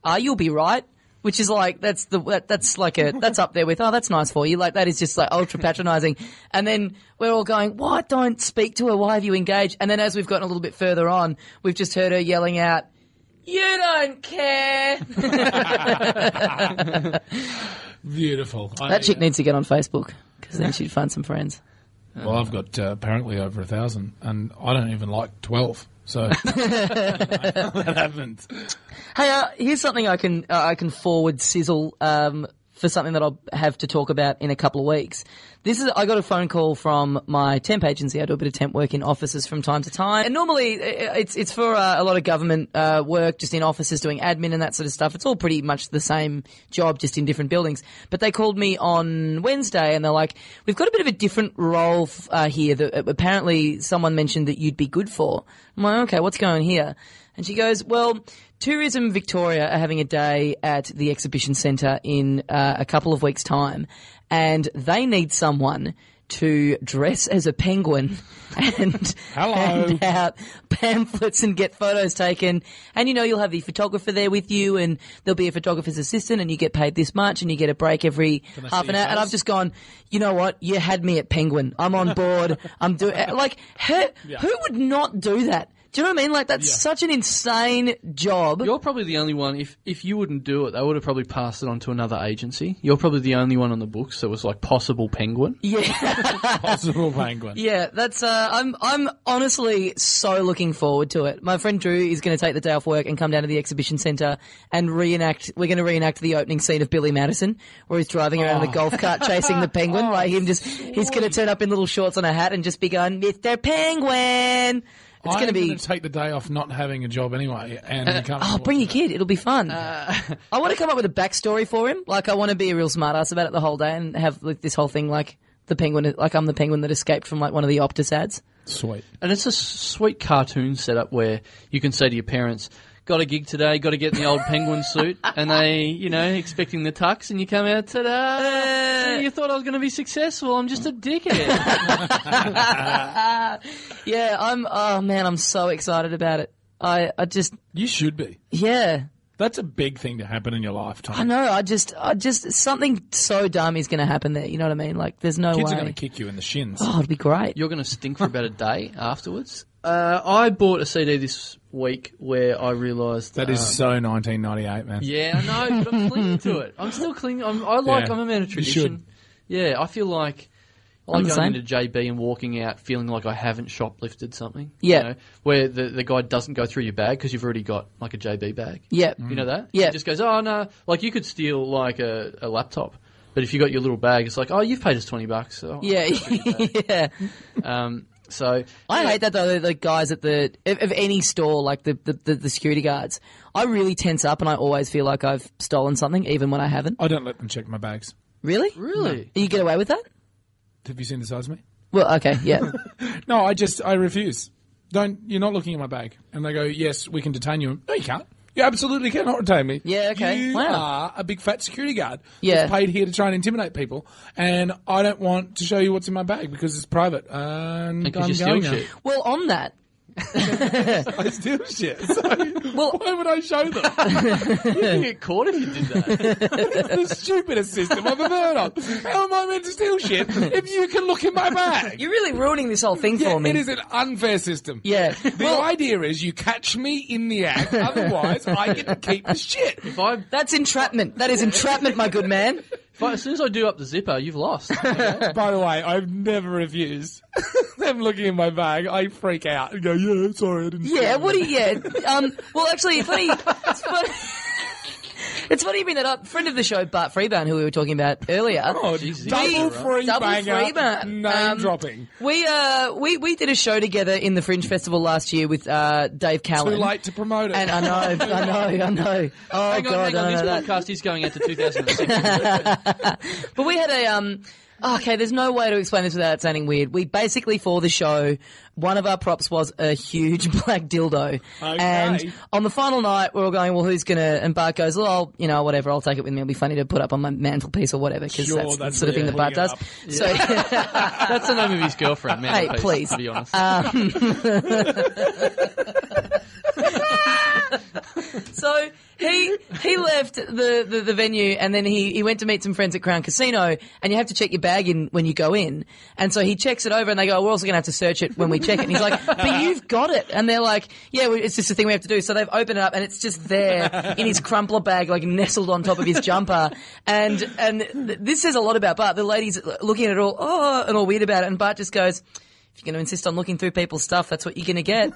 Speaker 1: "Ah, you'll be right." Which is like that's the that, that's like a that's up there with oh that's nice for you like that is just like ultra patronising and then we're all going why don't speak to her why have you engaged and then as we've gotten a little bit further on we've just heard her yelling out you don't care
Speaker 3: Beautiful. I-
Speaker 1: that chick needs to get on Facebook because then she'd find some friends
Speaker 3: Well, I've got uh, apparently over a thousand, and I don't even like twelve. So that happens.
Speaker 1: Hey, uh, here's something I can uh, I can forward sizzle um, for something that I'll have to talk about in a couple of weeks. This is I got a phone call from my temp agency. I do a bit of temp work in offices from time to time, and normally uh, it's it's for uh, a lot of government uh, work, just in offices doing admin and that sort of stuff. It's all pretty much the same job, just in different buildings. But they called me on Wednesday, and they're like, "We've got a bit of a different role f- uh, here that uh, apparently someone mentioned that you'd be good for." I'm like, "Okay, what's going here?" And she goes, Well, Tourism Victoria are having a day at the exhibition centre in uh, a couple of weeks' time, and they need someone to dress as a penguin and
Speaker 3: Hello.
Speaker 1: hand out pamphlets and get photos taken. And you know, you'll have the photographer there with you, and there'll be a photographer's assistant, and you get paid this much, and you get a break every half
Speaker 3: see
Speaker 1: an
Speaker 3: your
Speaker 1: hour. And
Speaker 3: face?
Speaker 1: I've just gone, you know what? You had me at penguin. I'm on board. I'm doing like her, who would not do that? Do you know what I mean? Like that's such an insane job.
Speaker 2: You're probably the only one. If if you wouldn't do it, they would have probably passed it on to another agency. You're probably the only one on the books that was like possible penguin.
Speaker 1: yeah,
Speaker 3: Possible penguin.
Speaker 1: yeah. That's uh, I'm I'm honestly so looking forward to it. My friend Drew is going to take the day off work and come down to the exhibition centre and reenact. We're going to reenact the opening scene of Billy Madison, where he's driving around
Speaker 3: Oh.
Speaker 1: in a golf cart chasing the penguin. like him, just he's going to turn up in little shorts and a hat and just be going, Mister Penguin. It's going to be.
Speaker 3: I'm gonna take the day off, not having a job anyway, and become.
Speaker 1: Oh, bring your kid. It'll be fun.
Speaker 3: Uh,
Speaker 1: I want to come up with a backstory for him. Like, I want to be a real smartass about it the whole day and have like, this whole thing like the penguin, like I'm the penguin that escaped from like one of the Optus ads.
Speaker 3: sweet.
Speaker 2: And it's a s- sweet cartoon setup where you can say to your parents, "Got a gig today. Got to get in the old penguin suit." And they, you know, expecting the tux, and you come out today. You thought I was going to be successful. I'm just a dickhead.
Speaker 1: Yeah, I'm. Oh man, I'm so excited about it. I, I just,
Speaker 3: You should be.
Speaker 1: yeah.
Speaker 3: That's a big thing to happen in your lifetime.
Speaker 1: No, I just, I just something so dumb is going to happen there. You know what I mean? Like, there's no
Speaker 3: Kids
Speaker 1: way.
Speaker 3: are going to kick you in the shins.
Speaker 1: eh? oh, it'd be great.
Speaker 2: You're going to stink for about a day afterwards. Uh, I bought a CD this week where I realised
Speaker 3: That is so 1998, man.
Speaker 2: Yeah, I know, but I'm clinging to it. I'm still clinging. I'm, I like.
Speaker 3: Yeah,
Speaker 2: I'm a man
Speaker 3: you
Speaker 2: of tradition. Yeah, I feel like I
Speaker 1: I'm
Speaker 2: like
Speaker 1: the
Speaker 2: going
Speaker 1: same.
Speaker 2: into JB and walking out feeling like I haven't shoplifted something.
Speaker 1: Yeah.
Speaker 2: where the the guy doesn't go through your bag because you've already got like a JB bag.
Speaker 1: Yeah,
Speaker 3: Mm.
Speaker 2: You know that?
Speaker 1: Yeah.
Speaker 2: He just goes, oh, no. Like, you could steal, like, a, a laptop. But if you got your little bag, it's like, oh, you've paid us 20 bucks. So
Speaker 1: yeah, yeah.
Speaker 2: Um, so,
Speaker 1: I hate that though. The, the guys at the of, of any store, like the, the, the, the security guards, I really tense up, and I always feel like I've stolen something, even when I haven't.
Speaker 3: I don't let them check my bags.
Speaker 1: Really?
Speaker 2: really?
Speaker 1: You get away with that?
Speaker 3: Have you seen the size of me?
Speaker 1: Well, okay, yeah.
Speaker 3: No, I just I refuse. Don't you're not looking at my bag. And they go, yes, we can detain you. No, you can't. You absolutely cannot detain me.
Speaker 1: Yeah, okay.
Speaker 3: You
Speaker 1: Wow.
Speaker 3: are a big fat security guard.
Speaker 1: Yeah.
Speaker 3: who's paid here to try and intimidate people, and I don't want to show you what's in my bag because it's private. And
Speaker 2: Because
Speaker 3: I'm
Speaker 2: you steal
Speaker 3: going now.
Speaker 2: shit.
Speaker 1: well, on that,
Speaker 3: I steal shit. So
Speaker 1: Well-
Speaker 3: why would I show them?
Speaker 2: you can get caught if you did that.
Speaker 3: the stupidest system I've ever heard of. How am I meant to steal shit if you can look in my bag?
Speaker 1: You're really ruining this whole thing
Speaker 3: yeah,
Speaker 1: for me.
Speaker 3: it is an unfair system.
Speaker 1: Yeah.
Speaker 3: The idea is you catch me in the act, otherwise I get to keep the shit.
Speaker 2: If I,
Speaker 1: That's entrapment. That is entrapment, my good man.
Speaker 2: if I, as soon as I do up the zipper, you've lost.
Speaker 3: By the way, I've never refused them looking in my bag. I freak out and go, yeah, sorry, I didn't. steal
Speaker 1: Yeah,
Speaker 3: it."
Speaker 1: what do you, yeah. Um, well, actually, it's funny, it's funny. It's funny you bring that up. Friend of the show, Bart Freeburn, who we were talking about earlier.
Speaker 3: Oh,
Speaker 2: Jesus.
Speaker 3: double
Speaker 2: We-
Speaker 3: free
Speaker 1: double
Speaker 3: banger,
Speaker 1: free ban.
Speaker 3: name
Speaker 1: Um,
Speaker 3: dropping.
Speaker 1: We, uh, we, we did a show together in the Fringe Festival last year with, uh, Dave
Speaker 3: Too
Speaker 1: Callan.
Speaker 3: late to promote it.
Speaker 1: And I know, I know, I know. Oh God,
Speaker 2: hang on, hang
Speaker 1: I
Speaker 2: on.
Speaker 1: know
Speaker 2: This
Speaker 1: that.
Speaker 2: podcast is going out to 2006.
Speaker 1: But we had a um. Okay, there's no way to explain this without it sounding weird. We basically, for the show, one of our props was a huge black dildo.
Speaker 3: Okay.
Speaker 1: And on the final night, we are all going, well, who's going to, and Bart goes, well, I'll, you know, whatever, I'll take it with me. It'll be funny to put up on my mantelpiece or whatever, because
Speaker 3: Sure,
Speaker 1: that's,
Speaker 3: that's
Speaker 1: the sort of thing
Speaker 3: where
Speaker 1: that Bart does.
Speaker 3: you're
Speaker 1: So,
Speaker 2: That's the name of his girlfriend, man.
Speaker 1: Hey,
Speaker 2: please,
Speaker 1: please. Um,
Speaker 2: To be honest.
Speaker 1: so he, he left the, the, the venue and then he, he went to meet some friends at Crown Casino and you have to check your bag in when you go in. And so he checks it over and they go, we're also going to have to search it when we check it. And he's like, but you've got it. And they're like, yeah, well, it's just a thing we have to do. So they've opened it up and it's just there in his crumpler bag, like nestled on top of his jumper. And, and th- this says a lot about Bart. The lady's looking at it all, oh, and all weird about it. And Bart just goes, if you're going to insist on looking through people's stuff, that's what you're going to get,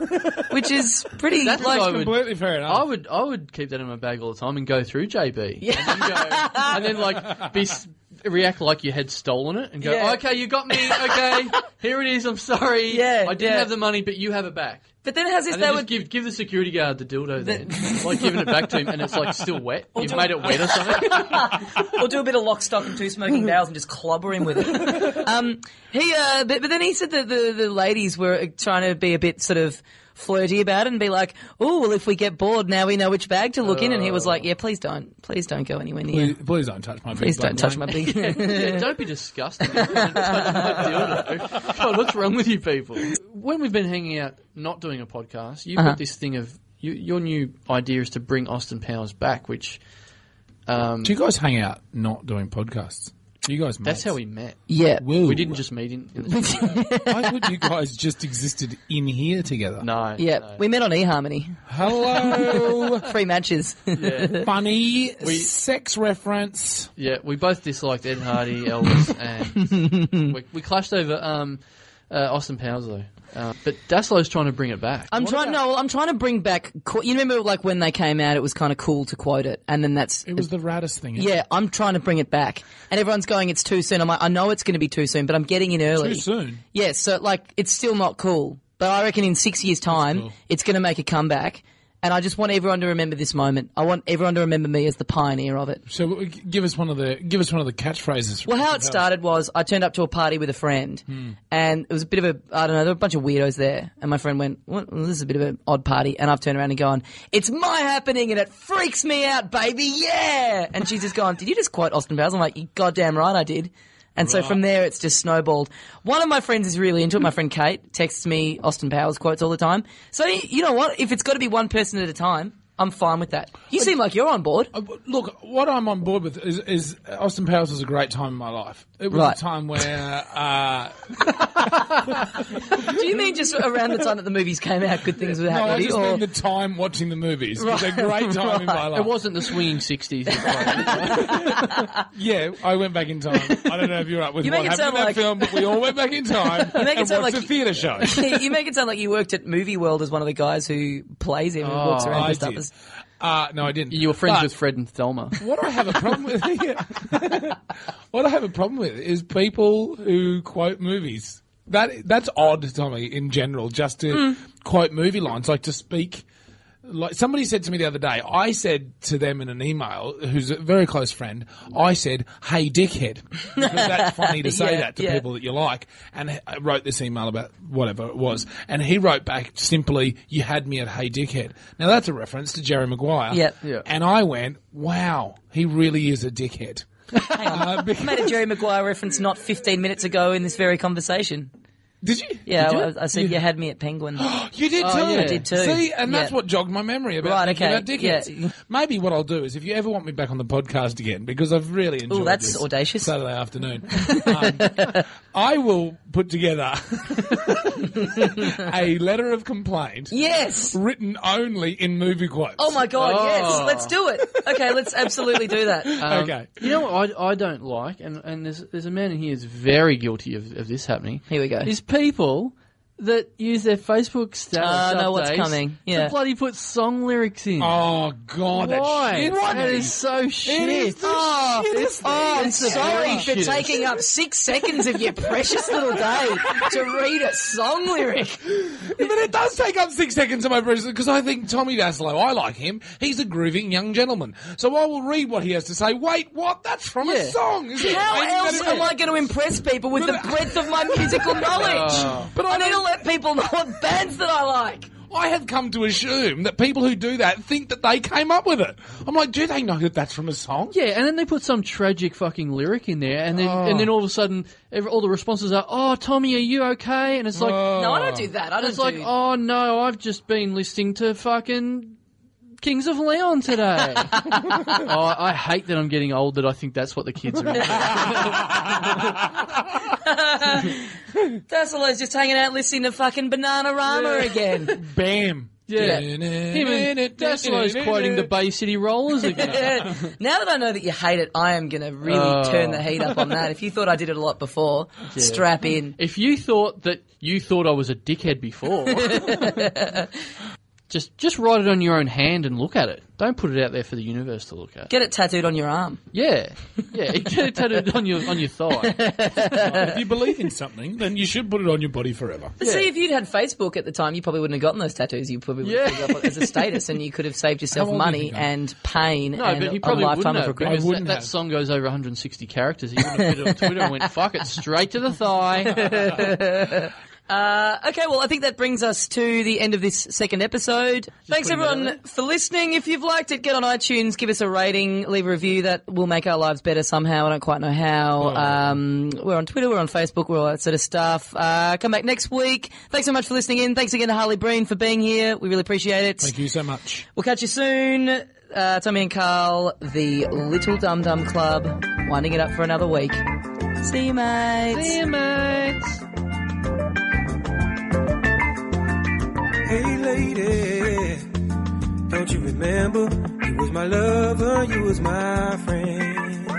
Speaker 1: which is pretty
Speaker 2: That's
Speaker 1: like,
Speaker 2: what I would-
Speaker 3: Completely fair enough.
Speaker 2: I would I would keep that in my bag all the time and go through JB. Yeah. And then, go, and then like be s- react like you had stolen it and go,
Speaker 1: Yeah.
Speaker 2: okay, you got me. Okay, here it is. I'm sorry.
Speaker 1: Yeah,
Speaker 2: I didn't
Speaker 1: yeah.
Speaker 2: have the money, but you have it back.
Speaker 1: but then it has this,
Speaker 2: And then
Speaker 1: they
Speaker 2: just
Speaker 1: would,
Speaker 2: give give the security guard the dildo then, like giving it back to him, and it's like still wet. You've made it wet or something.
Speaker 1: or do a bit of lock, stock, and two smoking barrels and just clobber him with it. Um, he, uh, but, but then he said that the, the ladies were uh, trying to be a bit sort of flirty about it and be like, oh, well, if we get bored, now we know which bag to look in. And he was like, yeah, please don't. Please don't go anywhere near.
Speaker 3: please, please don't touch my.
Speaker 1: Please don't touch my big.
Speaker 2: Yeah, don't be disgusting. Don't touch my dildo. God, what's wrong with you people? When we've been hanging out, not doing a podcast, you've
Speaker 1: Uh-huh.
Speaker 2: got this thing of you, your new idea is to bring Austin Powers back, which um,
Speaker 3: Do you guys hang out not doing podcasts? Do you guys?
Speaker 2: that's
Speaker 3: mates?
Speaker 2: how we met.
Speaker 1: yeah.
Speaker 3: Woo.
Speaker 2: We didn't just meet in. in the studio.
Speaker 3: I thought you guys just existed in here together.
Speaker 2: no.
Speaker 1: Yeah,
Speaker 2: no.
Speaker 1: we met on eHarmony.
Speaker 3: Hello,
Speaker 1: Three matches.
Speaker 2: yeah.
Speaker 3: funny sex reference.
Speaker 2: Yeah, we both disliked Ed Hardy, Elvis, and we, we clashed over um, uh, Austin Powers though. Uh, but Daslow's trying to bring it back.
Speaker 1: I'm trying. No, I'm trying to bring back. qu- You remember, like when they came out, it was kind of cool to quote it, and then that's
Speaker 3: It was the raddest thing.
Speaker 1: Yeah, I'm trying to bring it back, and everyone's going, "It's too soon." I'm like, I know it's going to be too soon, but I'm getting in early.
Speaker 3: Too soon.
Speaker 1: Yeah, so like, it's still not cool, but I reckon in six years' time,
Speaker 3: cool.
Speaker 1: it's going to make a comeback, and I just want everyone to remember this moment. I want everyone to remember me as the pioneer of it.
Speaker 3: So w- g- give us one of the give us one of the catchphrases.
Speaker 1: Well, how it started was I turned up to a party with a friend,
Speaker 3: Hmm.
Speaker 1: and it was a bit of a I don't know, there were a bunch of weirdos there, and my friend went, well, "This is a bit of an odd party," and I've turned around and gone, "It's my happening, and it freaks me out, baby, yeah!" And she's just gone, "Did you just quote Austin Powers?" I'm like, "You goddamn right, I did." And so from there, it's just snowballed. One of my friends is really into it. My friend Kate texts me Austin Powers quotes all the time. So y- you know what? If it's got to be one person at a time, I'm fine with that. You seem like you're on board.
Speaker 3: Uh, w- Look, what I'm on board with is, is Austin Powers was a great time in my life. It was
Speaker 1: Right.
Speaker 3: a time where uh,
Speaker 1: Do you mean just around the time that the movies came out, good things were
Speaker 3: no, I
Speaker 1: happening?
Speaker 3: just
Speaker 1: or-
Speaker 3: mean the time watching the movies. It was a great time in my life.
Speaker 2: It wasn't the swinging sixties. I
Speaker 3: Yeah, I went back in time. I don't know if you're up with
Speaker 1: You
Speaker 3: what
Speaker 1: make it
Speaker 3: happened
Speaker 1: sound
Speaker 3: in that
Speaker 1: like-
Speaker 3: film, but we all went back in time
Speaker 1: make it
Speaker 3: and
Speaker 1: sound
Speaker 3: watched
Speaker 1: like-
Speaker 3: a theatre show.
Speaker 1: you make it sound like you worked at Movie World as one of the guys who plays him and walks around
Speaker 3: I
Speaker 1: and stuff.
Speaker 3: did. Uh, no, I didn't.
Speaker 2: You were friends
Speaker 3: But
Speaker 2: with Fred and Thelma.
Speaker 3: What I have a problem with here, what I have a problem with is people who quote movies. That that's odd, Tommy. In general, just to
Speaker 1: Hmm.
Speaker 3: quote movie lines, like to speak. Like somebody said to me the other day, I said to them in an email, who's a very close friend, I said, "Hey, dickhead," because that's funny to say
Speaker 1: Yeah,
Speaker 3: that to
Speaker 1: yeah.
Speaker 3: people that you like. And I wrote this email about whatever it was, and he wrote back simply, "You had me at hey, dickhead." Now that's a reference to Jerry Maguire.
Speaker 1: Yep.
Speaker 2: Yeah.
Speaker 3: And I went, wow, he really is a dickhead. Uh,
Speaker 1: I made a Jerry Maguire reference not 15 minutes ago in this very conversation.
Speaker 3: Did you?
Speaker 1: Yeah, oh,
Speaker 3: Did you?
Speaker 1: well, I, I said you had me at Penguin.
Speaker 3: You did too.
Speaker 2: yeah. I did
Speaker 1: too.
Speaker 3: See, and that's
Speaker 1: Yeah.
Speaker 3: what jogged my memory about,
Speaker 1: Right,
Speaker 3: thinking
Speaker 1: okay,
Speaker 3: about Dickens.
Speaker 1: yeah.
Speaker 3: Maybe what I'll do is if you ever want me back on the podcast again, because I've really enjoyed
Speaker 1: Ooh, that's
Speaker 3: this
Speaker 1: audacious.
Speaker 3: Saturday afternoon. um, I will put together a letter of complaint
Speaker 1: yes.
Speaker 3: written only in movie quotes.
Speaker 1: Oh my god,
Speaker 2: Oh.
Speaker 1: yes. Let's do it. Okay, let's absolutely do that.
Speaker 2: Um,
Speaker 3: Okay.
Speaker 2: You know what I, I don't like, and, and there's, there's a man in here who's very guilty of, of this happening.
Speaker 1: Here we go.
Speaker 2: Is people that use their Facebook status
Speaker 1: Ah, I know what's
Speaker 2: updates
Speaker 1: coming.
Speaker 2: to
Speaker 1: Yeah.
Speaker 2: bloody put song lyrics in.
Speaker 3: Oh god, that
Speaker 2: Why?
Speaker 3: shit.
Speaker 2: That is so shit.
Speaker 3: is the
Speaker 2: oh,
Speaker 3: shittest
Speaker 2: it's,
Speaker 1: Oh, I'm
Speaker 2: it's the
Speaker 1: sorry
Speaker 2: very
Speaker 1: for
Speaker 2: shittest.
Speaker 1: taking up six seconds of your precious little day to read a song lyric.
Speaker 3: But it does take up six seconds of my president because I think Tommy Daslow, I like him. He's a grooving young gentleman. So I will read what he has to say. Wait, what? That's from a
Speaker 2: Yeah.
Speaker 3: song. Is it?
Speaker 1: How
Speaker 3: Maybe
Speaker 1: else
Speaker 3: that-
Speaker 1: am I going to impress people with the breadth of my musical knowledge?
Speaker 3: But
Speaker 1: I
Speaker 3: I,
Speaker 1: need to let people know what bands that I like.
Speaker 3: I have come to assume that people who do that think that they came up with it. I'm like, do they know that that's from a song?
Speaker 2: Yeah, and then they put some tragic fucking lyric in there, and then and
Speaker 1: Oh.
Speaker 2: then all of a sudden, every, all the responses are, "Oh, Tommy, are you okay?" And it's like,
Speaker 1: No, I don't do that. I don't
Speaker 2: Oh. it's like,
Speaker 1: do...
Speaker 2: "Oh no, I've just been listening to fucking Kings of Leon today." oh, I hate that I'm getting old. That I think that's what the kids are. Into.
Speaker 1: Dasselow's just hanging out listening to fucking Banana Rama again.
Speaker 3: Oh. Bam.
Speaker 2: Yeah.
Speaker 3: Him
Speaker 2: Him and Dasselow's quoting the Bay City Rollers again.
Speaker 1: now that I know that you hate it, I am going to really
Speaker 2: Oh.
Speaker 1: turn the heat up on that. If you thought I did it a lot before, strap in.
Speaker 2: If you thought that you thought I was a dickhead before, just just write it on your own hand and look at it. Don't put it out there for the universe to look at.
Speaker 1: Get it tattooed on your arm.
Speaker 2: Yeah, yeah. Get it tattooed on your on your thigh.
Speaker 3: If you believe in something, then you should put it on your body forever.
Speaker 1: But See, if you'd had Facebook at the time, you probably wouldn't have gotten those tattoos. You probably would have
Speaker 2: Yeah.
Speaker 1: put it up as a status, and you could have saved yourself
Speaker 3: How old do
Speaker 1: money
Speaker 3: you think I
Speaker 1: and pain
Speaker 2: No,
Speaker 1: and
Speaker 2: but he
Speaker 1: a
Speaker 2: probably
Speaker 1: lifetime
Speaker 2: wouldn't
Speaker 1: of
Speaker 2: have
Speaker 1: regret.
Speaker 2: because
Speaker 3: I wouldn't
Speaker 2: that,
Speaker 3: have.
Speaker 2: that song goes over 160 characters. He would have put it on Twitter and went, "Fuck it," straight to the thigh.
Speaker 1: Okay, well, I think that brings us to the end of this second episode. Thanks,
Speaker 2: putting that out
Speaker 1: everyone, for listening. If you've liked it, get on iTunes, give us a rating, leave a review. That will make our lives better somehow. I don't quite know how. Um, we're on Twitter, we're on Facebook, we're all that sort of stuff. Uh, come back next week. Thanks so much for listening in. Thanks again to Harley Breen for being here. We really appreciate it.
Speaker 3: Thank you so much.
Speaker 1: We'll catch you soon. Uh, Tommy and Carl, the Little Dum Dum Club, winding it up for another week. See you, mates.
Speaker 2: See you, mates.
Speaker 4: Hey lady, don't you remember? You was my lover, you was my friend.